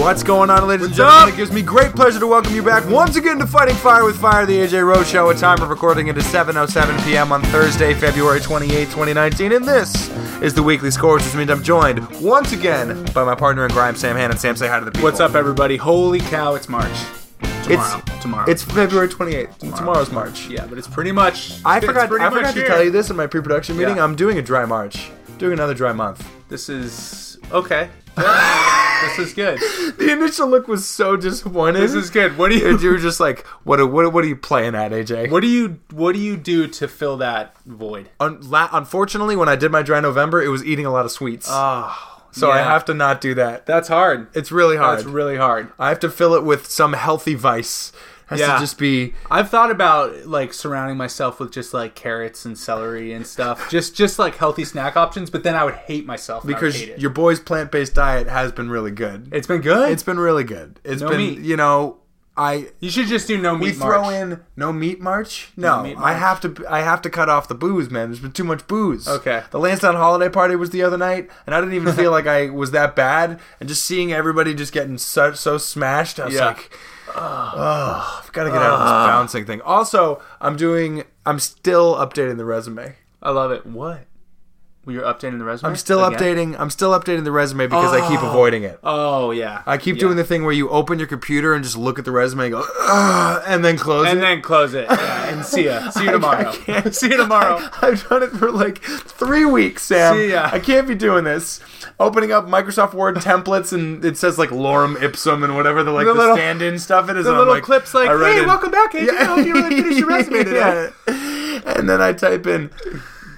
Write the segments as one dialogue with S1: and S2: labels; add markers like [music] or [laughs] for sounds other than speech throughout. S1: What's going on, ladies and
S2: What's
S1: gentlemen?
S2: up?
S1: It gives me great pleasure to welcome you back once again to Fighting Fire with Fire, the AJ Rose Show. A time of recording oh it is 7:07 p.m. on Thursday, February 28, 2019, and this is the weekly score, which means I'm joined once again by my partner in grime, Sam Hannon. Sam, say hi to the people.
S2: What's up, everybody? Holy cow, it's March. Tomorrow.
S1: It's
S2: tomorrow.
S1: It's February 28th. Tomorrow's March.
S2: yeah, but it's pretty much.
S1: I
S2: it's
S1: forgot.
S2: pretty
S1: I
S2: much
S1: forgot to
S2: here.
S1: tell you this in my pre-production meeting.
S2: Yeah.
S1: I'm doing a dry March. Doing another dry month.
S2: This is okay. [laughs] this is good.
S1: The initial look was so disappointed.
S2: This is good. What do you?
S1: And you were just like, what, what, what are you playing at, AJ?
S2: What do you? What do you do to fill that void?
S1: Un- la- unfortunately, when I did my dry November, it was eating a lot of sweets.
S2: Oh,
S1: so I have to not do that.
S2: That's hard.
S1: It's really hard.
S2: That's really hard.
S1: I have to fill it with some healthy vice. Has
S2: Yeah.
S1: to just be.
S2: I've thought about like surrounding myself with just like carrots and celery and stuff, just just like healthy snack options. But then I would hate myself and I would
S1: Because
S2: hate it.
S1: your boy's plant based diet has been really good.
S2: It's been good.
S1: it's been really good. It's
S2: No
S1: been,
S2: meat.
S1: you know, I.
S2: you should just do no meat.
S1: We throw
S2: March.
S1: in no meat march. No,
S2: meat
S1: I
S2: march.
S1: have to. I have to cut off the booze, man. There's been too much booze.
S2: Okay.
S1: The Lansdowne holiday party was the other night, and I didn't even
S2: [laughs]
S1: feel like I was that bad. And just seeing everybody just getting so, so smashed, I was
S2: Yeah.
S1: like, oh, I've got to get out of this bouncing thing. Also, I'm doing. I'm still updating the resume.
S2: I love it. What? Well, you're updating the resume.
S1: I'm still updating. I'm still updating the resume because I keep avoiding it.
S2: Oh yeah.
S1: I keep doing the thing where you open your computer and just look at the resume and go, Ugh, and then close it.
S2: and then
S1: [laughs]
S2: close it. Yeah, and see ya. See you tomorrow.
S1: can't-
S2: [laughs] see
S1: [laughs]
S2: you tomorrow.
S1: I've done it for like three weeks, Sam.
S2: See ya.
S1: I can't be doing this. Opening up Microsoft
S2: [laughs]
S1: Word templates and it says like lorem ipsum and whatever the like the,
S2: The little-
S1: stand-in stuff it is.
S2: The
S1: and I'm
S2: little clips like,
S1: I read
S2: hey,
S1: in-
S2: welcome back, Andrew. I hope you really finished your resume today.
S1: [laughs] Yeah. And then I type in.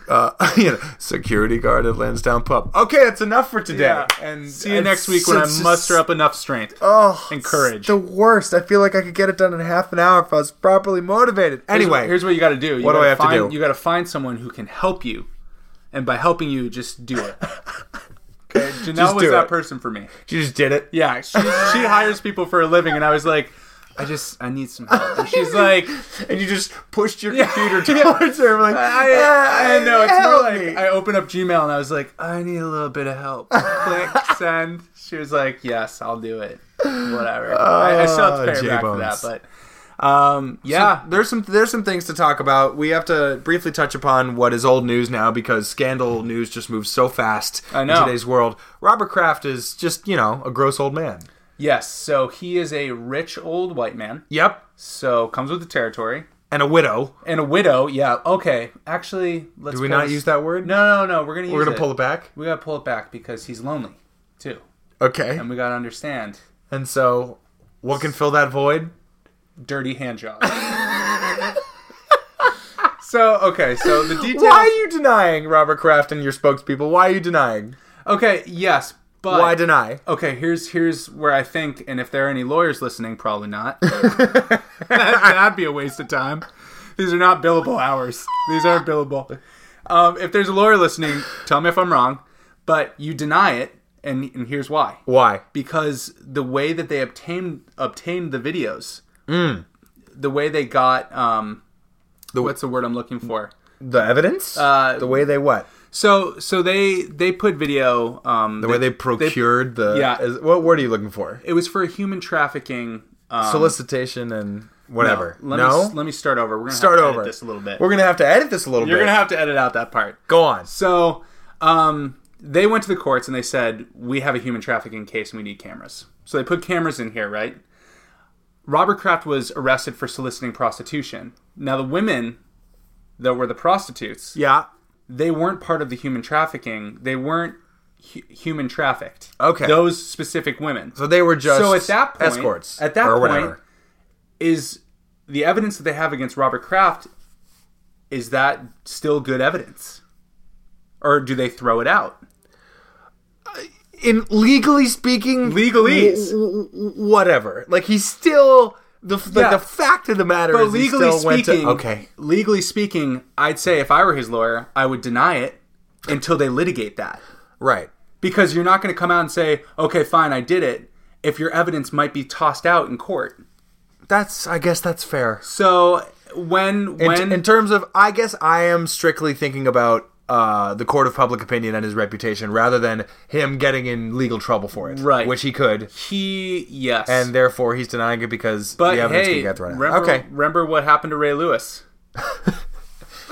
S1: Uh, [laughs] you know, security guard at Lansdowne Pub. Okay, that's enough for today. And
S2: And see you
S1: it's-
S2: next week when I
S1: it's just-
S2: muster up enough strength.
S1: oh,
S2: and courage.
S1: it's The worst. I feel like I could get it done in half an hour if I was properly motivated. Anyway,
S2: here's what you got to do. You
S1: What do I
S2: gotta
S1: have to
S2: find,
S1: do?
S2: You got to find someone who can help you, and by helping you, just
S1: [laughs]
S2: do it. Okay, Janelle
S1: Just
S2: was
S1: do
S2: that
S1: it.
S2: person for me.
S1: you just did it.
S2: Yeah, she, she hires people for a living, and I was like, I just I need some help. And
S1: [laughs]
S2: she's like,
S1: and you just pushed your
S2: [laughs] Yeah.
S1: computer towards her. Like, "Ah,
S2: I, I know it's more
S1: help
S2: like
S1: me."
S2: I opened up Gmail and I was like, I need a little bit of
S1: [laughs]
S2: help. Click send. She was like, Yes, I'll do it. Whatever. I, I still have to pay her back for that,
S1: Uh, J-Bones.
S2: but um, yeah,
S1: So there's some there's some things to talk about. We have to briefly touch upon what is old news now because scandal news just moves so fast
S2: I know.
S1: in today's world. Robert Kraft is just you know a gross old man.
S2: yes. So he is a rich old white man.
S1: Yep,
S2: So comes with the territory
S1: and a widow.
S2: and a widow. Yeah. Okay. Actually, let's.
S1: Do we not
S2: pause-
S1: use that word?
S2: No, no, no. We're gonna.
S1: we're
S2: use
S1: gonna pull it
S2: It.
S1: back.
S2: We gotta pull it back because he's lonely too,
S1: Okay,
S2: and we gotta understand
S1: and so what can fill that void?
S2: dirty
S1: [laughs]
S2: hand job. so okay, so the details.
S1: Why are you denying Robert Kraft and your spokespeople? Why are you denying?
S2: Okay, yes, but
S1: Why deny?
S2: okay, here's here's where I think, and if there are any lawyers listening,
S1: [laughs]
S2: probably not. That- That'd be a waste of time. These are not billable hours. These aren't billable. Um, if there's a lawyer listening, tell me if I'm wrong. But you deny it, and and here's why.
S1: Why?
S2: because the way that they obtained obtained the videos, the way they got
S1: Mm.
S2: um,
S1: The-
S2: what's the word I'm looking for?
S1: The evidence?
S2: Uh,
S1: the way they what?
S2: So so they they put video. Um,
S1: The way they procured the
S2: yeah.
S1: is- what word are you looking for?
S2: it was for a human trafficking. Um,
S1: Solicitation and whatever.
S2: Let
S1: no,
S2: me let me start over. We're gonna
S1: start
S2: have to edit
S1: over.
S2: this a little bit.
S1: We're gonna have to edit this a little
S2: You're
S1: bit.
S2: gonna have to edit out that part.
S1: Go on.
S2: So um, they went to the courts and they said, We have a human trafficking case and we need cameras. So they put cameras in here, right? Robert Kraft was arrested for soliciting prostitution. Now, the women that were the prostitutes,
S1: Yeah.
S2: they weren't part of the human trafficking. They weren't hu- human trafficked.
S1: Okay.
S2: Those specific women.
S1: So they were just
S2: So at that point,
S1: escorts
S2: at that
S1: or
S2: point,
S1: whatever.
S2: is the evidence that they have against Robert Kraft is that still good evidence, or do they throw it out?
S1: In legally speaking,
S2: Legalese.
S1: w- w- whatever. Like he's still the f- like
S2: Yeah.
S1: the fact of the matter
S2: But
S1: is
S2: legally
S1: he still went
S2: speaking,
S1: to okay.
S2: Legally speaking, I'd say if I were his lawyer, I would deny it until they litigate that
S1: Right.
S2: because you're not going to come out and say, "Okay, fine, I did it." If your evidence might be tossed out in court,
S1: That's I guess that's fair.
S2: so when when
S1: in terms of I guess I am strictly thinking about uh, the court of public opinion and his reputation rather than him getting in legal trouble for it.
S2: Right.
S1: Which he could.
S2: He yes.
S1: And therefore he's denying it because
S2: but
S1: the evidence
S2: hey,
S1: can get thrown out.
S2: remember,
S1: okay.
S2: remember what happened to Ray Lewis?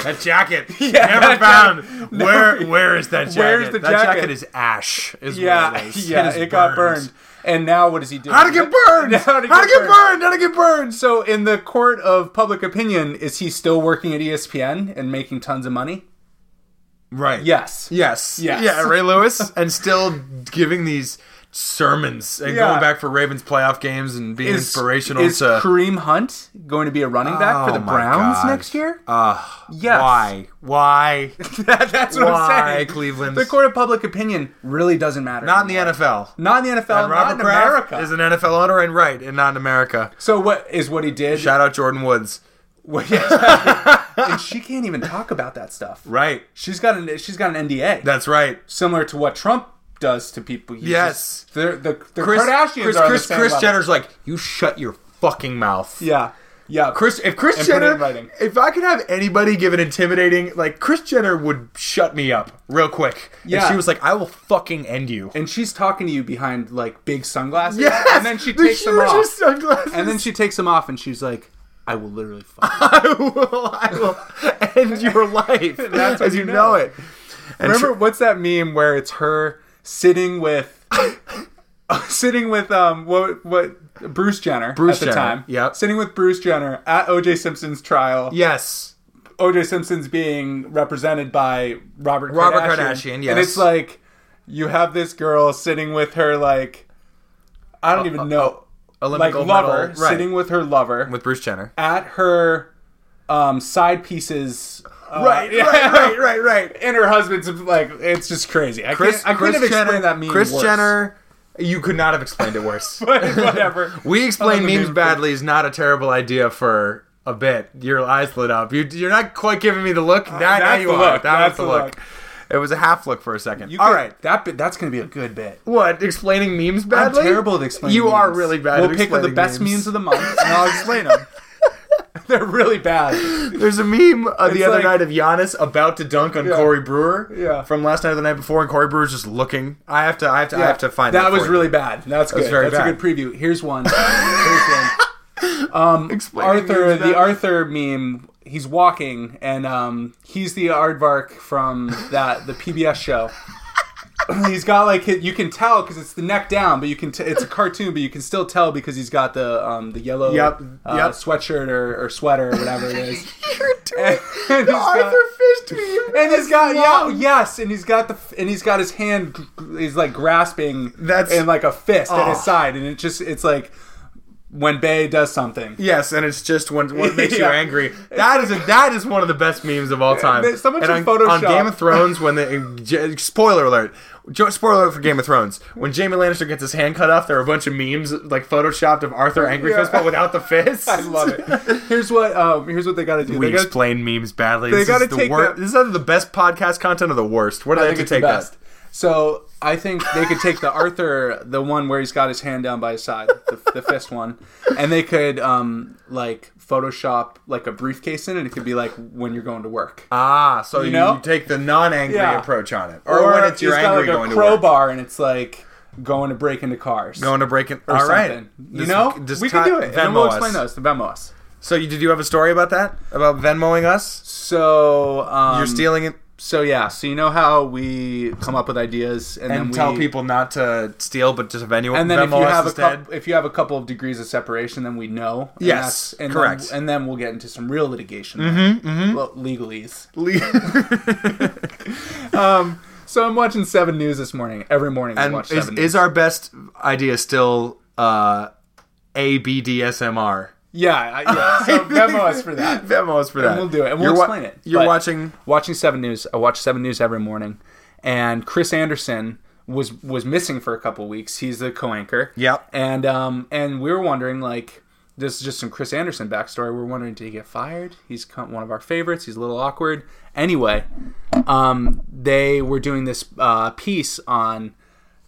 S1: That [laughs] jacket.
S2: that jacket.
S1: Where where is that jacket?
S2: Where's the
S1: That
S2: jacket?
S1: jacket is ash, is what
S2: Yeah,
S1: it is.
S2: [laughs] yeah,
S1: is
S2: it, got burned. And now what does he do?
S1: How'd it get burned?
S2: [laughs]
S1: How'd
S2: How'd it
S1: it
S2: get burned?
S1: get burned? How'd it get burned?
S2: So, in the court of public opinion, is he still working at E ESPN and making tons of money?
S1: Right.
S2: Yes.
S1: Yes.
S2: Yes.
S1: Yeah, Ray Lewis. and still giving these sermons and
S2: Yeah.
S1: going back for Ravens playoff games and being inspirational
S2: Is
S1: to
S2: Kareem Hunt going to be a running back for
S1: Oh
S2: the
S1: my
S2: Browns
S1: God.
S2: next year? [laughs]
S1: uh,
S2: Yes.
S1: why? Why?
S2: That's what I'm
S1: Why,
S2: saying.
S1: Cleveland's-
S2: The court of public opinion really doesn't matter.
S1: Not in the NFL.
S2: not in the NFL.
S1: And Robert
S2: Not in
S1: Kraft
S2: America.
S1: is an NFL owner and right, and not in America.
S2: so what is what he did?
S1: Shout out Jordan Woods.
S2: [laughs] Well, yeah,
S1: [laughs]
S2: exactly. and she can't even talk about that stuff.
S1: Right.
S2: She's got an she's got an NDA
S1: That's right.
S2: similar to what Trump does to people. He's
S1: Yes.
S2: just- they're, the the
S1: Chris,
S2: Kardashians
S1: Chris,
S2: are on the
S1: Chris,
S2: same
S1: Chris
S2: level.
S1: Jenner's like, you shut your fucking mouth.
S2: Yeah, yeah.
S1: Chris, if Chris
S2: And put it in
S1: Jenner,
S2: writing.
S1: if I could have anybody give an intimidating, like Chris Jenner would shut me up real quick.
S2: Yeah.
S1: If she was like, I will fucking end you.
S2: and she's talking to you behind like big
S1: [laughs]
S2: sunglasses.
S1: Yes!
S2: and then she
S1: The
S2: takes them
S1: hugest
S2: off.
S1: Sunglasses.
S2: And then she takes them off, and she's like, "I will literally fuck."
S1: [laughs]
S2: you."
S1: I will, I will
S2: [laughs]
S1: end your life
S2: That's what
S1: as
S2: you
S1: you
S2: know.
S1: know, it. [laughs] And
S2: Remember what's that meme where it's her sitting with [laughs] sitting with um what what Bruce Jenner
S1: Bruce
S2: at the
S1: Jenner,
S2: time.
S1: yep.
S2: Sitting with Bruce Jenner at OJ Simpson's trial.
S1: she- yes,
S2: OJ Simpson's being represented by Robert Kardashian.
S1: Robert Kardashian, yes.
S2: And it's like you have this girl sitting with her like I don't even know
S1: Olympic
S2: like
S1: gold
S2: lover
S1: medal, right.
S2: sitting with her lover
S1: with Bruce Jenner.
S2: at her um side pieces uh, [laughs]
S1: [laughs] right, right, right, right, right.
S2: and her husband's like it's just crazy. I
S1: Chris,
S2: can't, I couldn't
S1: Chris
S2: have explained
S1: Jenner,
S2: that meme.
S1: Chris
S2: worse.
S1: Jenner, you could not have explained it worse.
S2: [laughs] But whatever.
S1: we explain
S2: Another
S1: memes
S2: meme.
S1: badly is not a terrible idea for a bit. Your eyes lit up. You, you're not quite giving me the look. Now, now
S2: Uh, that's
S1: you
S2: the
S1: are.
S2: look.
S1: That
S2: That's
S1: was the
S2: the
S1: look.
S2: look.
S1: It was a half look for a second.
S2: You
S1: All
S2: could-
S1: right.
S2: that bit, that's gonna be a good bit.
S1: What explaining memes
S2: I'm
S1: badly?
S2: terrible at explaining.
S1: You
S2: memes.
S1: are really bad.
S2: We'll
S1: at
S2: pick the
S1: explaining
S2: best memes. of the month, and I'll
S1: [laughs]
S2: explain them. [laughs] They're really bad.
S1: There's a meme uh,
S2: It's
S1: the other
S2: like-
S1: night of Giannis about to dunk on
S2: Yeah.
S1: Corey Brewer.
S2: Yeah.
S1: From last night or the night before, and Corey Brewer's just looking. I have to. I have to. I have to find
S2: that.
S1: that.
S2: was
S1: for you.
S2: really bad. That's good.
S1: very
S2: that's a
S1: bad.
S2: good preview.
S1: [laughs]
S2: Here's one. Here's one.
S1: Explaining
S2: Arthur,
S1: memes
S2: the
S1: badly.
S2: Arthur meme. He's walking, and um, he's the aardvark from that the
S1: [laughs]
S2: PBS show. he's got like his, you can tell because it's the neck down, but you can t- it's a cartoon, but you can still tell because he's got the um, the yellow
S1: Yep,
S2: uh,
S1: yep.
S2: sweatshirt or, or sweater or whatever it is. [laughs]
S1: You're doing
S2: and he's
S1: the
S2: got-
S1: Arthur Fish meme.
S2: and he's got yeah,
S1: Wow.
S2: yes, and he's got the and he's got his hand he's like grasping
S1: That's-
S2: and like a fist at his
S1: Oh.
S2: side, and it just it's like when Bay does something.
S1: [laughs] Yes, and it's just when what makes
S2: [laughs] Yeah.
S1: you angry. That is a, that is one of the best memes of all time.
S2: Someone
S1: and
S2: should
S1: on, on
S2: Photoshop.
S1: Game of Thrones when the j- spoiler alert, jo- spoiler alert for Game of Thrones when Jamie Lannister gets his hand cut off, there are a bunch of memes like photoshopped of Arthur angry
S2: Yeah.
S1: fist but without the fist.
S2: [laughs] I love it. Here's what um here's what they got to do.
S1: [laughs] We
S2: They gotta-
S1: explain memes badly.
S2: they
S1: This
S2: gotta
S1: is the
S2: take
S1: wor-
S2: the-
S1: This is either the best podcast content or the worst. What do
S2: I
S1: they have
S2: think
S1: to
S2: it's the
S1: take that?
S2: best. So I think they could take the Arthur, the one where he's got his hand down by his side, the, the fist one, and they could um like Photoshop like a briefcase in it. It could be like when you're going to work,
S1: Ah, so you,
S2: know?
S1: take the non-angry
S2: Yeah.
S1: approach on it, or, when it's your
S2: he's got,
S1: angry
S2: like,
S1: going
S2: a
S1: to work.
S2: crowbar, and it's like going to break into cars.
S1: Going to break it.
S2: or
S1: All right,
S2: something. you
S1: Just-
S2: know,
S1: just
S2: we can
S1: ti-
S2: do it. and then we'll
S1: Venmo us.
S2: explain those. The Venmo us.
S1: So you, did you have a story about that? About Venmoing us?
S2: So um,
S1: You're stealing it
S2: So yeah, so you know how we come up with ideas and, then
S1: and
S2: we,
S1: tell people not to steal, but just Venmo,
S2: And then
S1: Venmo
S2: if you
S1: us
S2: have a
S1: instead.
S2: couple, if you have a couple of degrees of separation, then we know. And
S1: Yes,
S2: that's- and
S1: correct.
S2: Then, and then we'll get into some real litigation, mm-hmm, legalese. [laughs] Um, so I'm watching Seven News this morning. Every morning I
S1: and
S2: watch
S1: is,
S2: Seven News.
S1: is our best idea still uh, ABDSMR?
S2: yeah, I, yeah. [laughs] So memo us for that.
S1: Venmo us for that.
S2: we'll do it, and we'll
S1: You're wa-
S2: explain it,
S1: You're
S2: but-
S1: watching.
S2: [laughs] Watching Seven News, I watch Seven News every morning, and Chris Anderson was was missing for a couple weeks. He's the co-anchor.
S1: Yep.
S2: And um and we were wondering like this is just some Chris Anderson backstory. We are wondering did he get fired? He's co- one of our favorites. He's a little awkward. Anyway, um they were doing this uh, piece on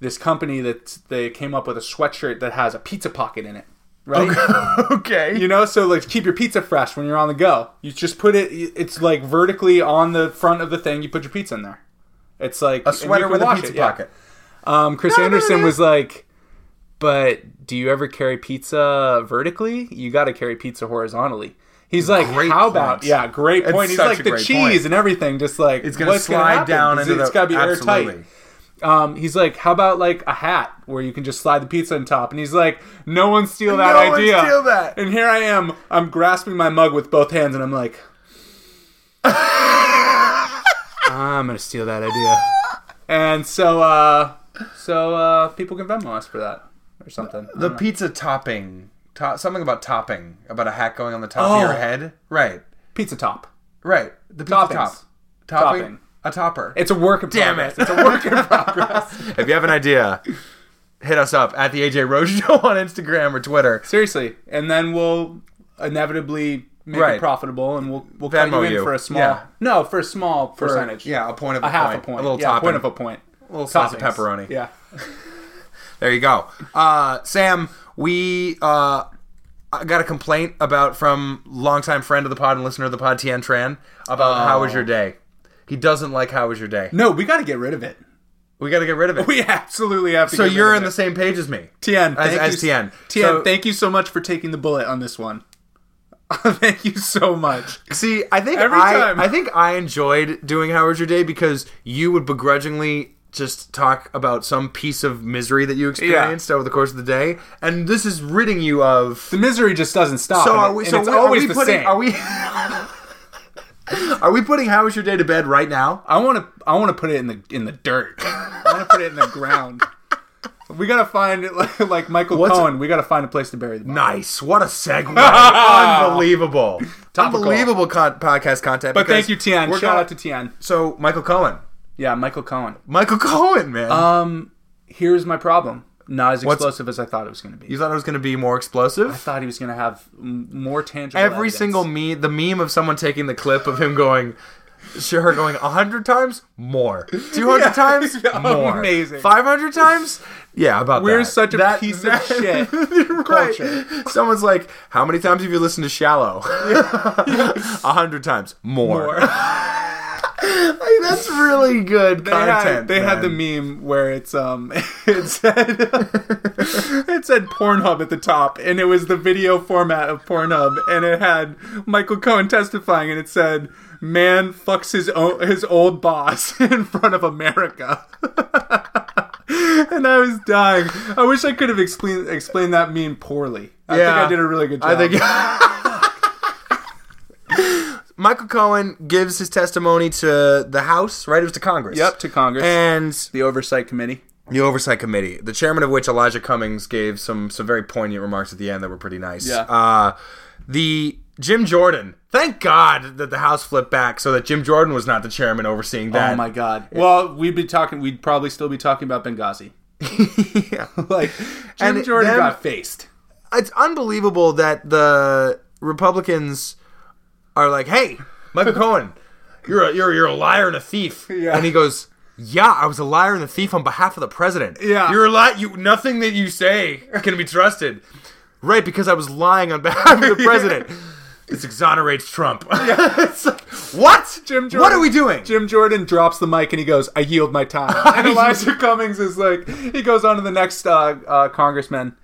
S2: this company that they came up with a sweatshirt that has a pizza pocket in it. right? [laughs]
S1: okay.
S2: You know, so like keep your pizza fresh when you're on the go. You just put it. It's like vertically on the front of the thing. You put your pizza in there. It's like
S1: a sweater with a pizza pocket.
S2: Um, Chris
S1: No, no,
S2: Anderson
S1: no.
S2: was like, but do you ever carry pizza vertically? You got to carry pizza horizontally. He's like,
S1: Great
S2: how
S1: point.
S2: about yeah, great
S1: It's
S2: point. He's
S1: such
S2: like
S1: a
S2: the
S1: great
S2: cheese
S1: point.
S2: and everything, just like
S1: It's gonna
S2: what's
S1: slide
S2: happen?
S1: down
S2: It's-
S1: into
S2: it's
S1: the-
S2: gotta be airtight.
S1: absolutely.
S2: Um, he's like, how about like a hat where you can just slide the pizza on top? And he's like, no one steal that
S1: No one
S2: idea.
S1: steal that.
S2: And here I am, I'm grasping my mug with both hands, and I'm like, [laughs] I'm gonna steal that idea. And so, uh, so uh, people can Venmo us for that or something.
S1: The pizza topping, to- something about topping, about a hat going on the top
S2: Oh.
S1: of your head. Right,
S2: Pizza top.
S1: right. The pizza
S2: Toppings.
S1: top, topping,
S2: Topping.
S1: a topper.
S2: It's a work in
S1: Damn
S2: progress.
S1: it.
S2: It's a
S1: [laughs]
S2: work in progress.
S1: if you have an idea, hit us up at the AJ Rose Show [laughs] on Instagram or Twitter.
S2: Seriously, and then we'll inevitably make
S1: Right.
S2: it profitable, and we'll we'll
S1: Venmo
S2: cut you in
S1: you.
S2: for a small
S1: Yeah.
S2: no for a small percentage.
S1: Yeah, a point of a,
S2: a half
S1: point.
S2: a point,
S1: a little
S2: yeah, a
S1: topping,
S2: point of a point, a
S1: little sauce of pepperoni.
S2: Yeah,
S1: There you go. Uh, Sam, we uh, I got a complaint about from longtime friend of the pod and listener of the pod, Tian Tran, about how was your
S2: Oh.
S1: day. He doesn't like how was your day.
S2: no, we got to get rid of it.
S1: We got to get rid of it.
S2: We [laughs] absolutely have to.
S1: so
S2: get
S1: you're
S2: rid
S1: in the
S2: of
S1: same page as me.
S2: it. Tien
S1: as-
S2: thank
S1: as
S2: you s-
S1: Tien.
S2: Tien,
S1: So-
S2: thank you so much for taking the bullet on this one. [laughs] thank you so much.
S1: [laughs] See, I think
S2: Every
S1: I,
S2: time.
S1: I think I enjoyed doing how was your day because you would begrudgingly just talk about some piece of misery that you experienced over the course of the day, and this is ridding you of [laughs]
S2: The misery just doesn't stop.
S1: So
S2: and
S1: are
S2: it-
S1: we?
S2: and
S1: So
S2: it's
S1: we-
S2: always
S1: are we
S2: the
S1: putting?
S2: same.
S1: Are we? [laughs] are we putting "How was your day" to bed right now?
S2: I want to. I want to put it in the in the [laughs] dirt. I want to put it in the ground. We gotta find it like, like Michael Cohen. We gotta find a place to bury the body.
S1: Nice. What a segue! [laughs] Unbelievable.
S2: Topical.
S1: Unbelievable con- podcast content.
S2: But thank you, Tian. Shout out to Tian.
S1: So Michael Cohen.
S2: Yeah, Michael Cohen.
S1: Michael Cohen, man.
S2: Um, here's my problem. Not as explosive as I thought it was gonna be.
S1: you thought it was going to be more
S2: I
S1: explosive.
S2: thought he was gonna have m- more tangible.
S1: Every
S2: evidence.
S1: single meme, the meme of someone taking the clip of him going. sh- Her going hundred times more, two hundred
S2: [laughs] Yeah.
S1: times more,
S2: Amazing.
S1: five hundred times, yeah. About
S2: We're
S1: that.
S2: such a
S1: That-
S2: piece [laughs]
S1: that- [laughs]
S2: of shit.
S1: right.
S2: culture.
S1: Someone's like, "How many times have you listened to
S2: [laughs]
S1: Shallow?" [laughs] A hundred times more. [laughs] Like, that's really good
S2: They had-
S1: content.
S2: they had the
S1: man.
S2: meme where it's um [laughs] it said it said Pornhub at the top and it was the video format of Pornhub and it had Michael Cohen testifying and it said man fucks his own his old boss [laughs] in front of America. [laughs] and I was dying. I wish I could have explained explained that meme poorly. I
S1: Yeah.
S2: think I did a really good job.
S1: I think. [laughs] Michael Cohen gives his testimony to the House, right? It was to Congress.
S2: Yep, to Congress.
S1: And
S2: the oversight committee.
S1: the Oversight Committee, the chairman of which Elijah Cummings gave some some very poignant remarks at the end that were pretty nice.
S2: Yeah.
S1: Uh, the Jim Jordan. Thank God that the House flipped back so that Jim Jordan was not the chairman overseeing that.
S2: Oh my god. Well, we'd be talking we'd probably still be talking about Benghazi.
S1: [laughs] yeah.
S2: [laughs] Like Jim
S1: And
S2: Jordan
S1: them-
S2: got faced.
S1: It's unbelievable that the Republicans are like, "Hey, Michael Cohen, you're a, you're you're a liar and a thief."
S2: Yeah.
S1: And he goes, "Yeah, I was a liar and a thief on behalf of the president.
S2: Yeah.
S1: you're a lie. You nothing that you say can be trusted, right? Because I was lying on behalf
S2: [laughs]
S1: of the president." This exonerates Trump. It's like, what?
S2: Jim
S1: What
S2: Jordan-
S1: are we doing?
S2: Jim Jordan drops the mic and he goes, "I yield my time." And Elijah Cummings is like, he goes on to the next uh, uh, congressman,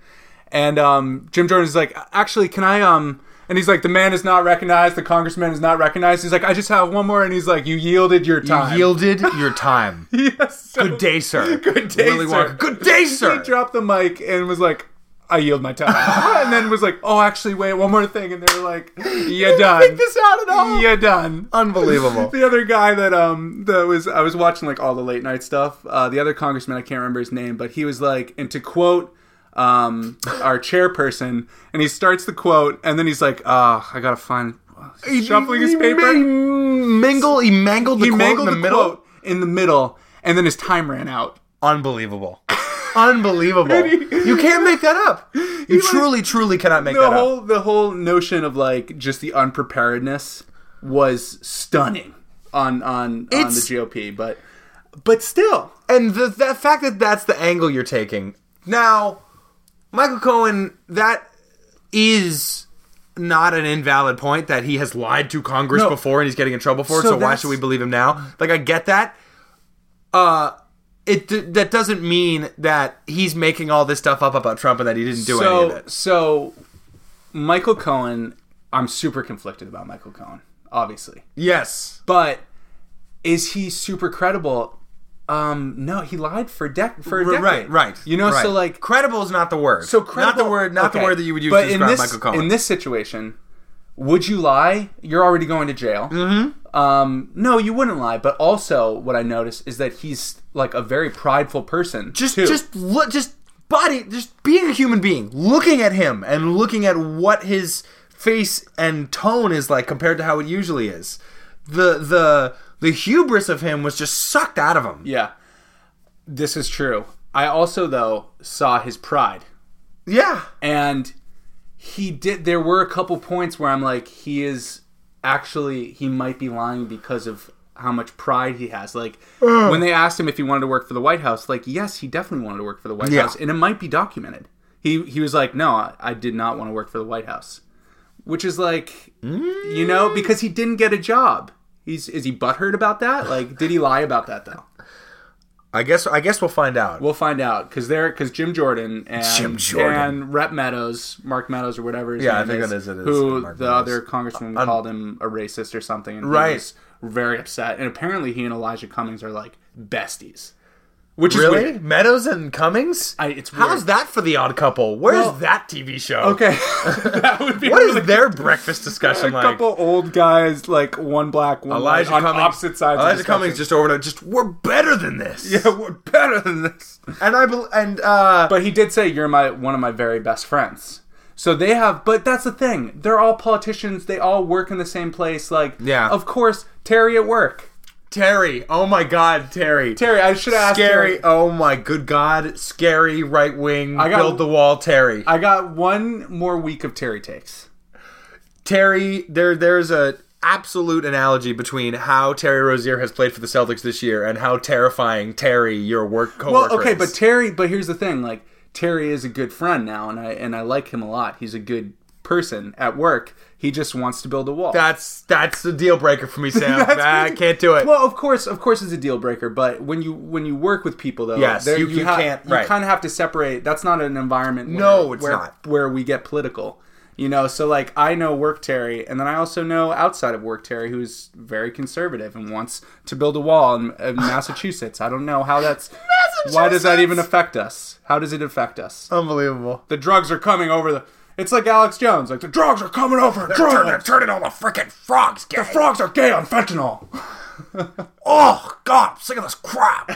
S2: and um, Jim Jordan is like, "Actually, can I?" Um, and he's like, "The man is not recognized. The congressman is not recognized." He's like, "I just have one more," and he's like, "You yielded your
S1: You
S2: time."
S1: yielded your time.
S2: [laughs] Yes, so
S1: Good day, sir.
S2: Good day,
S1: Willy
S2: sir.
S1: Wonka. Good day,
S2: He
S1: sir.
S2: dropped the mic and was like. I yield my time, [laughs] and then was like, "Oh, actually, wait, one more thing." And they were like, "You done?
S1: Pick this out at all.
S2: You done?" [laughs]
S1: Unbelievable.
S2: the other guy that um that was I was watching like all the late night stuff. Uh, the other congressman I can't remember his name, but he was like, and to quote um our chairperson, and he starts the quote, and then he's like, "Ah, I gotta find." Shuffling his paper.
S1: He mingle, he mangled the
S2: He
S1: quote
S2: mangled
S1: in
S2: the,
S1: the, middle.
S2: quote in the middle, and then his time ran out.
S1: Unbelievable.
S2: [laughs]
S1: Unbelievable.
S2: he-
S1: you can't make that
S2: [laughs]
S1: up. You truly, truly cannot make
S2: The
S1: that up.
S2: whole the whole notion of like just the unpreparedness was stunning on on on the
S1: It's-
S2: GOP, but but still,
S1: And the, the fact that that's the angle you're taking. Now, Michael Cohen, that is not an invalid point that he has lied to Congress
S2: No.
S1: before and he's getting in trouble for it.
S2: So
S1: So why
S2: that's-
S1: should we believe him now? Like I get that. Uh, it d- that doesn't mean that he's making all this stuff up about Trump and that he didn't do
S2: so,
S1: any of it.
S2: So, Michael Cohen, I'm super conflicted about Michael Cohen, obviously.
S1: Yes.
S2: But is he super credible? Um, no, he lied for dec for a
S1: R-
S2: decade.
S1: right, right.
S2: You know,
S1: right.
S2: so like
S1: credible is not the word.
S2: so credible.
S1: not the word, not the
S2: okay,
S1: word that you would use
S2: but
S1: to
S2: in
S1: describe
S2: this,
S1: Michael Cohen.
S2: In this situation, would you lie? You're already going to jail. Mm-hmm. Um, no, you wouldn't lie. But also, what I noticed is that he's like a very prideful person.
S1: just
S2: too.
S1: just look just body just being a human being looking at him and looking at what his face and tone is like compared to how it usually is the the the hubris of him was just sucked out of him
S2: yeah, this is true. I also though saw his pride.
S1: yeah
S2: and he did there were a couple points where i'm like he is actually he might be lying because of how much pride he has like when they asked him if he wanted to work for the white house like yes he definitely wanted to work for the white
S1: Yeah.
S2: house and it might be documented he he was like no i, I did not want to work for the white house which is like you know because he didn't get a job he's is he butthurt about that like did he lie about that though
S1: i guess i guess we'll find out
S2: We'll find out because they're because Jim Jordan and
S1: Jim Jordan.
S2: and Rep Meadows, Mark Meadows or whatever. His
S1: Yeah, I
S2: name
S1: think
S2: is,
S1: it is- it is
S2: who
S1: Mark
S2: the
S1: Meadows.
S2: other congressman called him a racist or something. And he
S1: Right.
S2: was very upset. And apparently, he and Elijah Cummings are like besties, which is
S1: really
S2: weird.
S1: meadows and cummings
S2: I, it's weird.
S1: how's that for the odd couple where's
S2: Well-
S1: that tv show
S2: okay? [laughs] that would be
S1: [laughs] what
S2: really-
S1: is their breakfast discussion
S2: a
S1: like
S2: couple old guys like one black, one
S1: Elijah
S2: white, on
S1: Cummings.
S2: opposite sides. of
S1: Elijah
S2: the
S1: Cummings
S2: spectrum.
S1: just [laughs] over there. Just we're better than this.
S2: yeah, we're better than this.
S1: and I bel and uh,
S2: But he did say you're my one of my very best friends. So they have, but that's the thing. They're all politicians. They all work in the same place. Like,
S1: Yeah.
S2: of course, Terry at work.
S1: Terry. Oh my God, Terry.
S2: Terry, I should have asked.
S1: Scary.
S2: Terry.
S1: Oh my good God. Scary right wing.
S2: got-
S1: Build the wall, Terry.
S2: I got one more week of Terry takes.
S1: Terry. There. There's a absolute analogy between how Terry Rozier has played for the Celtics this year and how terrifying Terry, your work coworker.
S2: Well, okay,
S1: is.
S2: but Terry. But here's the thing. Like Terry is a good friend now, and I and I like him a lot. He's a good person at work. He just wants to build a wall.
S1: that's that's the deal breaker [laughs] for me, Sam.
S2: That's
S1: I
S2: really-
S1: can't do it.
S2: Well, of course, of course, it's a deal breaker. But when you when you work with people, though,
S1: Yes,
S2: there-
S1: you- you
S2: ha-
S1: can't-
S2: You
S1: right.
S2: kind of have to separate. That's not an environment. Where,
S1: No, it's
S2: where,
S1: not.
S2: Where we get political, you know. So like, I know work Terry, and then I also know outside of work Terry, who's very conservative and wants to build a wall in,
S1: [laughs]
S2: in Massachusetts. I don't know how that's. Why does that even affect us? How does it affect us?
S1: Unbelievable.
S2: The drugs are coming over the. It's like Alex Jones. Like the drugs are coming over.
S1: Turning,
S2: Drugs.
S1: turning all the freaking frogs gay.
S2: The frogs are gay on fentanyl.
S1: oh God, I'm sick of this crap.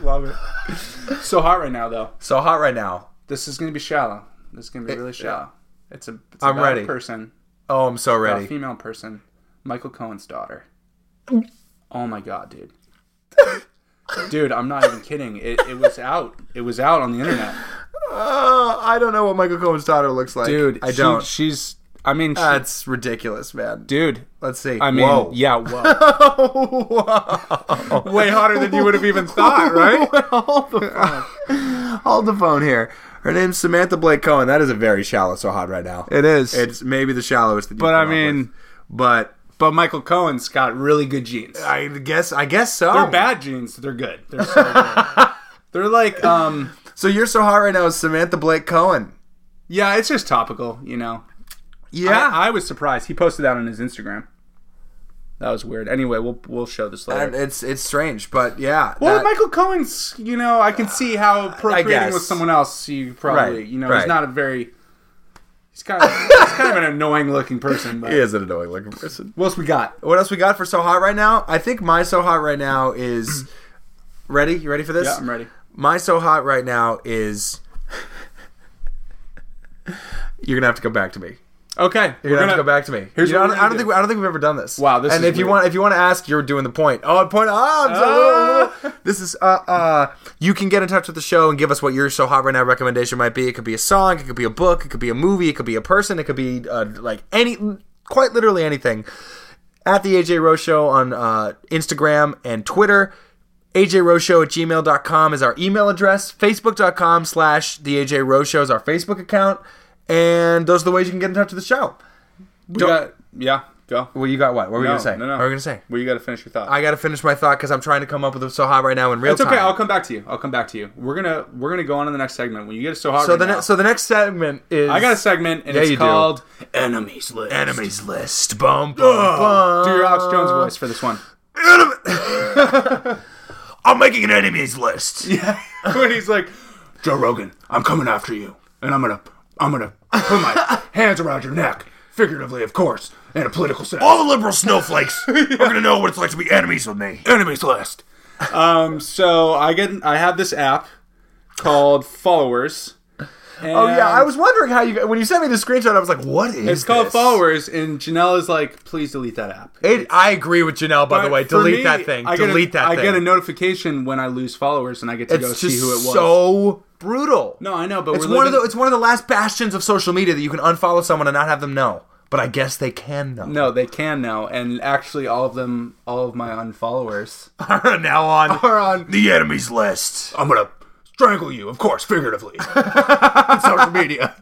S2: Love it. [laughs] so hot right now, though.
S1: [laughs] so hot right now.
S2: This is going to be shallow. This is going to be really shallow. It's a. It's
S1: I'm
S2: about
S1: ready.
S2: A person,
S1: Oh, I'm so
S2: a
S1: ready.
S2: female person, Michael Cohen's daughter. Oh my god, [laughs] dude. Dude, I'm not even kidding. It, it was out. It was out on the internet.
S1: Uh, I don't know what Michael Cohen's daughter looks like.
S2: Dude,
S1: I
S2: she-
S1: don't.
S2: She's. I mean, she,
S1: That's ridiculous, man.
S2: dude.
S1: Let's see.
S2: I mean,
S1: Whoa.
S2: yeah. Whoa.
S1: [laughs] Whoa.
S2: [laughs] Way hotter than you would have [laughs] even thought, right?
S1: Hold the phone. Hold the phone here. Her name's Samantha Blake Cohen. That is a very shallow so hot right now.
S2: It is. Oh,
S1: It's maybe the shallowest. That you
S2: But I
S1: come up
S2: mean-
S1: with. but
S2: but Michael Cohen's got really good genes.
S1: I guess I guess so.
S2: They're bad genes. They're good. They're so good.
S1: [laughs]
S2: They're like, um,
S1: So you're so hot right now is Samantha Blake Cohen.
S2: yeah, it's just topical, you know.
S1: Yeah.
S2: I, I was surprised. He posted that on his Instagram. That was weird. Anyway, we'll we'll show this later.
S1: And it's it's strange, but yeah.
S2: well,
S1: that- Uh,
S2: Michael Cohen's, you know, I can see how procreating
S1: guess.
S2: with someone else, you probably,
S1: Right,
S2: you know,
S1: right.
S2: he's not a very, he's
S1: [laughs]
S2: kind of, he's kind of an annoying looking person. But
S1: he is an annoying looking person.
S2: what else we got?
S1: What else we got for so hot right now? I think my so hot right now is [clears throat] ready. You ready for this?
S2: Yeah, I'm ready.
S1: My so hot right now is you're gonna have to come back to me.
S2: Okay, we're
S1: You're gonna, have to go back to me.
S2: here's
S1: You know, I
S2: what we're
S1: don't, I
S2: gonna
S1: don't
S2: do.
S1: think I don't think we've ever done this.
S2: Wow, this
S1: and
S2: is
S1: if you
S2: weird.
S1: want if you want to ask, you're doing the point. Oh, point. Oh, I'm so- this is uh uh. You can get in touch with the show and give us what your so hot right now recommendation might be. It could be a song, it could be a book, it could be a movie, it could be a person, it could be uh, like any quite literally anything. At the AJ Rose Show on uh, Instagram and Twitter. AJRoshow at gmail.com is our email address. Facebook.com slash the AJ Rose Show is our Facebook account. And those are the ways you can get in touch with the show.
S2: We
S1: Don't-
S2: got yeah. Go.
S1: Well, you got what? What were we
S2: No,
S1: gonna say?
S2: no, no.
S1: What were we gonna say?
S2: Well, you got to finish your thought.
S1: I gotta finish my thought because I'm trying to come up with it so hot right now in real
S2: it's okay.
S1: time.
S2: I'll come back to you. I'll come back to you. We're gonna we're gonna go on to the next segment. When you get it so hot,
S1: so
S2: right
S1: the
S2: now,
S1: ne- so the next segment is
S2: I got a segment and
S1: Yeah, you
S2: it's
S1: do.
S2: called Enemies List.
S1: enemies list. Bum bum bum.
S2: Do your Alex Jones voice for this
S1: [laughs]
S2: one. [laughs]
S1: I'm making an enemies
S2: [laughs]
S1: list.
S2: Yeah. when he's like, Joe Rogan, I'm coming after you, and I'm gonna I'm gonna put my hands around your neck, figuratively, of course, in a political sense.
S1: All the liberal snowflakes
S2: [laughs]
S1: are gonna know what it's like to be enemies with me.
S2: enemies list. Um, so I get I have this app called Followers.
S1: Oh yeah, I was wondering how you when you sent me the screenshot. I was like, what is?
S2: It's called
S1: this?
S2: Followers, and Janelle is like, please delete that app.
S1: It, I agree with Janelle. By the way,
S2: For
S1: delete
S2: me,
S1: that thing.
S2: I get a-
S1: delete that
S2: I
S1: thing.
S2: get a notification when I lose followers, and I get to go
S1: it's
S2: see
S1: just
S2: who it was.
S1: so brutal.
S2: no, I know, but
S1: it's
S2: we're
S1: one of the
S2: living-
S1: it's one of the last bastions of social media that you can unfollow someone and not have them know. But I guess they can know. [laughs]
S2: No, they can now, and actually, all of them, all of my unfollowers
S1: now on
S2: [laughs] are on.
S1: the enemies list.
S2: I'm gonna strangle you, of course, figuratively, on social media.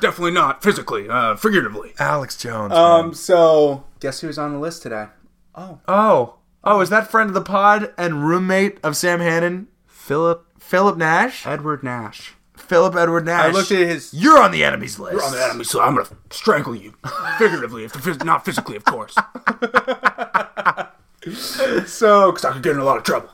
S2: Definitely not physically, uh, figuratively.
S1: Alex Jones.
S2: Um, so guess who's on the list today?
S1: oh, oh, is that friend of the pod and roommate of Sam Hannon, Philip Philip Nash,
S2: Edward Nash.
S1: Philip Edward Nash?
S2: I looked at his
S1: You're on the enemies list.
S3: on the enemy, so I'm gonna strangle you, figuratively, if phys- not physically, of course.
S2: so
S3: Because I could get in a lot of trouble.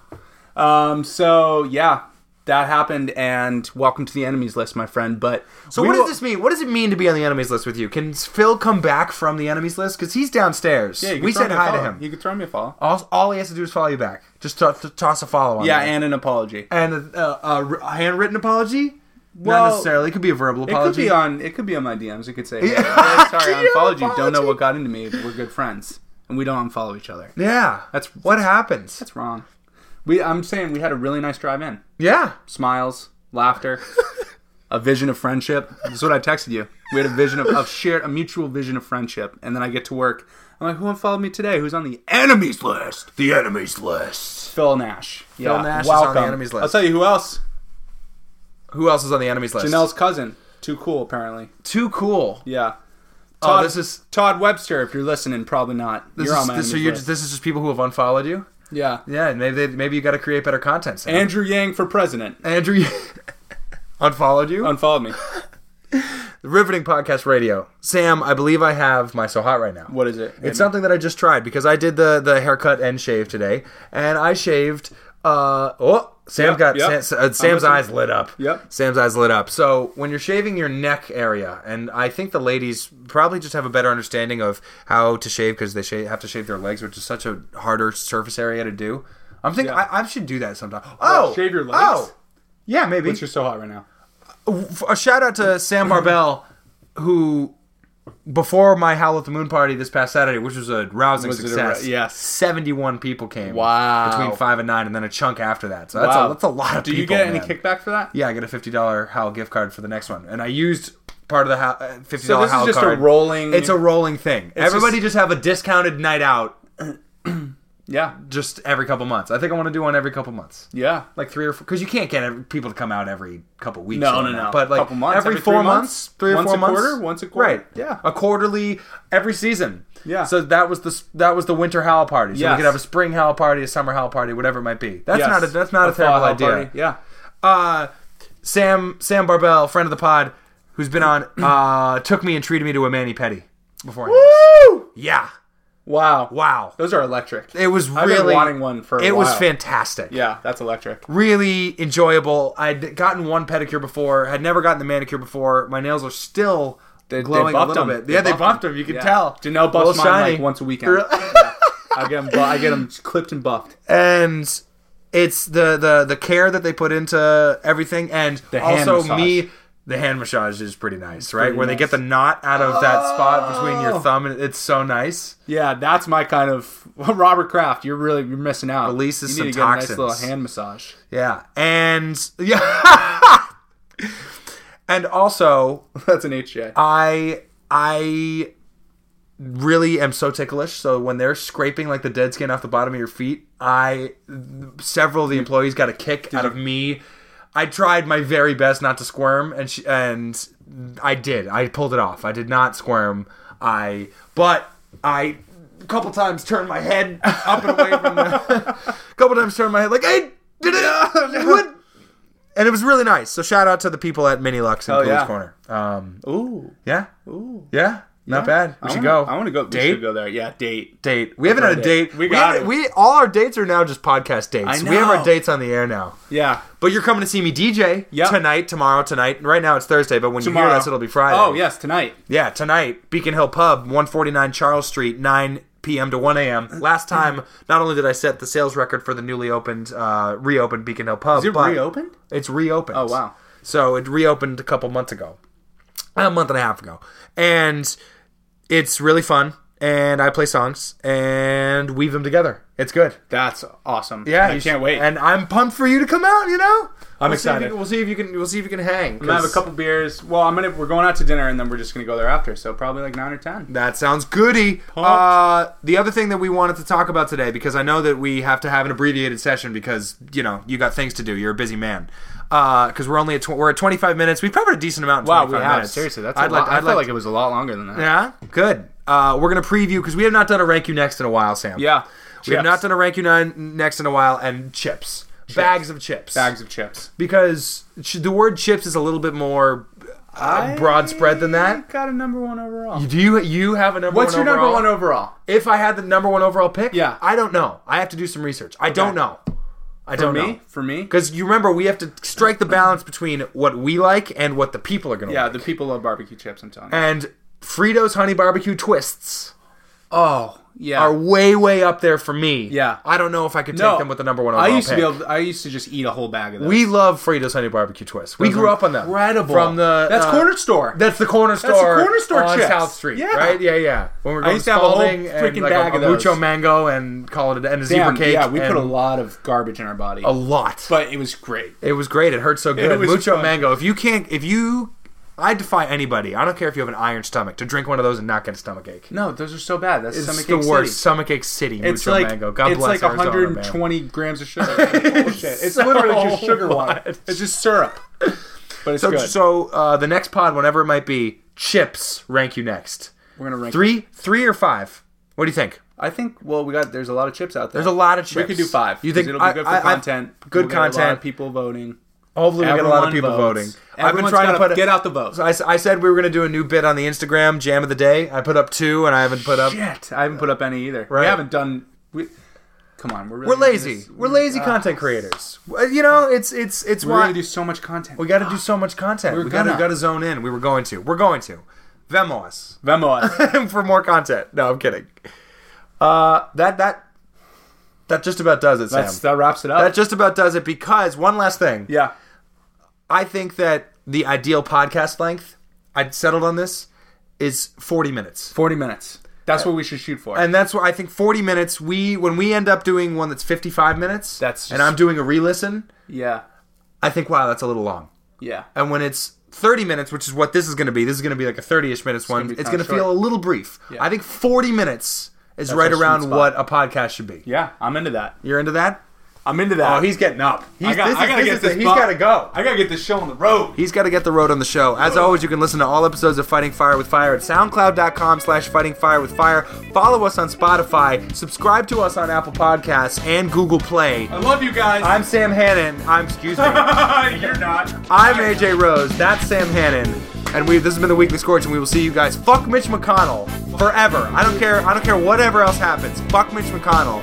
S2: Um, so yeah, that happened, and welcome to the enemies list, my friend. But
S1: So what does this mean? What does it mean to be on the enemies list with you? Can Phil come back from the enemies list? Because he's downstairs. we said hi to him. Oh,
S2: You could throw me a follow.
S1: All, all he has to do is follow you back. Just to, to toss a follow on.
S2: Yeah,
S1: there.
S2: and an apology.
S1: and a, a, a handwritten apology. Not
S2: Well,
S1: necessarily. It could be a verbal
S2: It could
S1: apology.
S2: be on. It could be on my DMs. It could say, hey,
S1: [laughs]
S2: I'm "Sorry,
S1: Can
S2: I
S1: you
S2: apology. Don't know
S1: apology?
S2: what got into me. But we're good friends, and we don't unfollow each other.
S1: yeah.
S2: That's-
S1: what happens.
S2: That's wrong." We, I'm saying we had a really nice drive in.
S1: Yeah.
S2: Smiles, laughter, a vision of friendship. That's what I texted you. We had a vision of, of shared, a mutual vision of friendship. And then I get to work. I'm like, who unfollowed me today? Who's on the
S3: Enemies list. The enemies list.
S2: Phil Nash. Phil
S1: Nash is on the enemies list.
S2: I'll tell you who else.
S1: Who else is on the enemies list?
S2: Janelle's cousin. Too cool, apparently.
S1: too cool.
S2: Yeah.
S1: Oh,
S2: Todd,
S1: this is
S2: Todd Webster. If you're listening, probably not.
S1: this
S2: you're
S1: is
S2: on my
S1: this, so
S2: enemies
S1: you're
S2: list.
S1: just, this is just people who have unfollowed you.
S2: yeah.
S1: Yeah, and maybe they, maybe you got to create better content. Sam.
S2: Andrew Yang for president.
S1: Andrew [laughs] unfollowed you.
S2: Unfollowed me.
S1: Riveting podcast radio. Sam, I believe I have my so hot right now.
S2: What is it?
S1: It's something that I just tried because I did the the haircut and shave today, and I shaved. Uh oh, Sam
S2: Yep,
S1: got
S2: yep.
S1: Sam, uh, Sam's
S2: listening.
S1: eyes lit up.
S2: Yep.
S1: Sam's eyes lit up. So when you're shaving your neck area, and I think the ladies probably just have a better understanding of how to shave because they shave, have to shave their legs, which is such a harder surface area to do. I'm thinking
S2: Yeah.
S1: I, I should do that sometime. Oh,
S2: shave your legs?
S1: Oh, yeah, maybe.
S2: You're so hot right now.
S1: F- a Oh, shout out to
S2: [clears throat]
S1: Sam Barbell, who before my Howl at the Moon party this past Saturday, which was a rousing
S2: Was it a
S1: success.
S2: rou- yes.
S1: seventy-one people came.
S2: Wow.
S1: between five and nine, and then a chunk after that. So that's
S2: Wow.
S1: a, that's a lot of
S2: Do
S1: people.
S2: you get any
S1: man.
S2: kickback for that?
S1: Yeah, I get a fifty-dollar Howl gift card for the next one, and I used part of the Howl- uh,
S2: So
S1: fifty-dollar
S2: this
S1: Howl
S2: is just
S1: card.
S2: a rolling.
S1: It's a rolling thing. Everybody
S2: just-
S1: just have a discounted night out
S2: yeah,
S1: just every couple months. I think I want to do one every couple months
S2: yeah.
S1: like three or four because you can't get every, people to come out every couple weeks.
S2: No,
S1: or
S2: no,
S1: whatnot,
S2: no.
S1: But like
S2: Couple months,
S1: every,
S2: every
S1: four
S2: three
S1: months,
S2: months?
S1: three or
S2: Once
S1: four
S2: a
S1: months,
S2: quarter? Once a quarter?
S1: right?
S2: Yeah.
S1: a quarterly every season.
S2: Yeah.
S1: So that was the s- that was the winter howl party. So we
S2: Yes.
S1: could have a spring howl party, a summer howl party, whatever it might be. That's
S2: Yes.
S1: not a, that's not a,
S2: fall
S1: terrible
S2: howl
S1: idea.
S2: party. Yeah.
S1: Uh, Sam Sam Barbell, friend of the pod, who's been on, [clears throat] uh, took me and treated me to a mani petty before.
S2: Woo!
S1: Yeah.
S2: Wow.
S1: Wow.
S2: Those are electric.
S1: It was
S2: I've
S1: really
S2: been wanting one for a
S1: it was
S2: while.
S1: fantastic.
S2: Yeah, that's electric.
S1: really enjoyable. I'd gotten one pedicure before, had never gotten the manicure before. My nails are still glowing a
S2: buffed
S1: little
S2: them.
S1: bit. yeah, they buffed them. You can tell.
S2: Janelle
S1: A little
S2: buffs mine like
S1: shiny.
S2: once a [laughs] weekend. I get them. Bu- I get them clipped and buffed.
S1: And it's the the the care that they put into everything, and
S2: hand
S1: also
S2: massage.
S1: me. The hand massage is pretty nice, right? Where they get the knot out of that spot between
S2: Oh.
S1: your thumb, and it's so nice.
S2: Yeah, that's my kind of [laughs] Robert Kraft. You're really you're missing out.
S1: Releases
S2: you need
S1: some
S2: to
S1: toxins.
S2: Get a nice little hand massage. [laughs]
S1: Yeah, and [laughs] yeah, and also
S2: That's an HJ.
S1: I I really am so ticklish. So when they're scraping like the dead skin off the bottom of your feet, I several of the employees got a kick out of me. I tried my very best not to squirm, and she, and I did. I pulled it off. I did not squirm. I but I a couple times turned my head up and away from the. [laughs] a couple times turned my head like, hey, did it? [laughs] What? And it was really nice. So shout out to the people at Mini Lux and Cooley's
S2: yeah.
S1: Corner. Um,
S2: Ooh.
S1: yeah,
S2: Ooh.
S1: yeah, not bad. We
S2: I
S1: should
S2: wanna-
S1: go.
S2: I want to go. We
S1: Date?
S2: should go there. Yeah, date.
S1: date. We haven't had a
S2: date.
S1: date.
S2: We got
S1: haven't-
S2: it.
S1: We all our dates are now just podcast dates.
S2: I
S1: We have
S2: know.
S1: our dates on the air now.
S2: Yeah.
S1: But you're coming to see me DJ
S2: Yep.
S1: tonight, tomorrow, tonight. Right now it's Thursday, but when you hear this, it'll be Friday.
S2: Oh yes, tonight.
S1: Yeah, tonight, Beacon Hill Pub, 149 Charles Street, 9 p.m. to 1 a.m.
S2: [clears throat]
S1: Last time, not only did I set the sales record for the newly opened, uh, reopened Beacon Hill Pub,
S2: Is it
S1: but
S2: reopened?
S1: It's reopened.
S2: Oh, wow.
S1: So it reopened a couple months ago, a month and a half ago, and it's really fun. And I play songs and weave them together. It's good.
S2: That's awesome.
S1: Yeah,
S2: I
S1: you sh-
S2: can't wait.
S1: And I'm pumped for you to come out. You know, I'm
S2: excited.
S1: we'll see if you can. We'll see if you can hang.
S2: I'm gonna have a couple beers. Well, I'm gonna we're going out to dinner and then we're just gonna go there after. So probably like nine or ten.
S1: That sounds goody. Uh, the other thing that we wanted to talk about today, because I know that we have to have an abbreviated session because you know you got things to do. You're a busy man. Because we're only at tw- we're at 25 minutes. We've covered a decent amount. In 25 minutes.
S2: I'd like. I
S1: I'd
S2: felt like it was a lot longer than that.
S1: Yeah, good. Uh, we're gonna preview because we have not done a rank you next in a while, Sam.
S2: Yeah.
S1: we have
S2: Chips.
S1: not done a rank you nine next in a while, and chips, bags of chips,
S2: bags of chips.
S1: because ch- the word chips is a little bit more uh, broad spread than that.
S2: Got a number one overall.
S1: Do you you have a number?
S2: What's your
S1: one
S2: number
S1: overall?
S2: one overall?
S1: If I had the number one overall pick,
S2: Yeah.
S1: I don't know. I have to do some research. I don't know. I
S2: For
S1: don't
S2: me?
S1: know.
S2: For me?
S1: Because you remember, we have to strike the balance between what we like and what the people are going to
S2: Yeah,
S1: like.
S2: the people love barbecue chips, I'm telling you.
S1: And Fritos Honey Barbecue Twists
S2: Oh, yeah.
S1: are way, way up there for me.
S2: Yeah.
S1: I don't know if I could take
S2: No,
S1: them with the number one overall
S2: I used
S1: pick.
S2: to be able I used to just eat a whole bag of those.
S1: we love Fritos Honey Barbecue Twists. We
S2: Those
S1: grew
S2: are
S1: up on them.
S2: Incredible.
S1: From the.
S2: That's
S1: uh,
S2: corner store.
S1: That's the corner store.
S2: the corner store
S1: on
S2: chips.
S1: South Street,
S2: Yeah.
S1: right? Yeah, yeah. When we were going
S2: used to have a whole
S1: Spalding and,
S2: freaking
S1: like,
S2: bag
S1: a,
S2: of
S1: a
S2: those.
S1: mucho mango and call it a, and a
S2: Damn,
S1: zebra cake.
S2: Yeah, we put a
S1: and-
S2: lot of garbage in our body.
S1: a lot.
S2: but it was great.
S1: it was great. It hurt so good.
S2: was
S1: Mucho
S2: fun.
S1: mango. If you can't, if you, I defy anybody. I don't care if you have an iron stomach to drink one of those and not get a stomach ache.
S2: No, those are so bad. That's
S1: It's
S2: stomach
S1: the
S2: ache
S1: worst.
S2: city.
S1: Stomach ache city.
S2: It's
S1: mucho
S2: like
S1: mango. God
S2: it's
S1: bless
S2: like
S1: Arizona, man.
S2: 120 grams
S1: [laughs]
S2: of sugar. It's bullshit. It's literally just
S1: so
S2: sugar water.
S1: much.
S2: It's just syrup. But it's
S1: So,
S2: good.
S1: so uh, the next pod, whenever it might be, chips rank you next.
S2: We're gonna rank.
S1: Three, three or five. What do you think?
S2: I think. Well, we got. There's a lot of chips out there.
S1: There's a lot of chips.
S2: We could do five.
S1: You think
S2: it'll be
S1: I-
S2: good for
S1: I- I-
S2: content?
S1: good
S2: We'll get a lot of
S1: content.
S2: people voting.
S1: Hopefully, we get a lot of
S2: Everyone
S1: people voting.
S2: votes. Everyone's gotta get out the vote.
S1: So I, s- I said we were going to do a new bit on the Instagram jam of the day. I put up two, and I haven't put up.
S2: Shit, I haven't put up any either.
S1: Right.
S2: We haven't done. We, come on, we're really
S1: We're
S2: gonna do
S1: lazy.
S2: this.
S1: We're lazy
S2: Ah,
S1: content creators. Well, You know, it's it's it's
S2: We're
S1: why
S2: gonna do so much content.
S1: we got to do so much content.
S2: We're
S1: we got to
S2: gonna.
S1: got to zone in. We were going to. We're going to. Venmo us
S2: Venmo
S1: [laughs]
S2: us.
S1: for more content. No, I'm kidding. Uh, that that that just about does it, Sam.
S2: That's, that wraps it up.
S1: that just about does it because one last thing.
S2: yeah.
S1: I think that the ideal podcast length I settled on this is 40 minutes.
S2: Forty minutes. That's what we should shoot for.
S1: and that's why I think 40 minutes. We when we end up doing one that's 55 minutes,
S2: That's
S1: and
S2: just-
S1: I'm doing a re-listen.
S2: yeah.
S1: I think wow, that's a little long.
S2: Yeah.
S1: And when it's 30 minutes, which is what this is going to be, this is going to be like a 30ish minutes one.
S2: be
S1: it's going
S2: kinda
S1: to feel a little brief. I think 40 minutes is right
S2: our sweet
S1: around
S2: spot.
S1: what a podcast should be.
S2: Yeah. I'm into that.
S1: You're into that?
S2: I'm into that.
S1: Oh, he's getting up. He's,
S2: I got-
S1: this
S2: I
S1: is-
S2: gotta
S1: this
S2: get
S1: is the-
S2: this
S1: He's
S2: bu-
S1: got to go.
S2: I gotta get this show on the road.
S1: He's got to get the road on the show. As always, you can listen to all episodes of Fighting Fire with Fire at soundcloud.com slash fighting fire with fire. Follow us on Spotify. Subscribe to us on Apple Podcasts and Google Play.
S2: I love you guys.
S1: I'm Sam Hannon. I'm, excuse me. I'm
S2: [laughs] You're not.
S1: AJ Rose. That's Sam Hannon. And we, this has been the Weekly Scorch, and we will see you guys. Fuck Mitch McConnell forever. I don't care. I don't care whatever else happens. Fuck Mitch McConnell.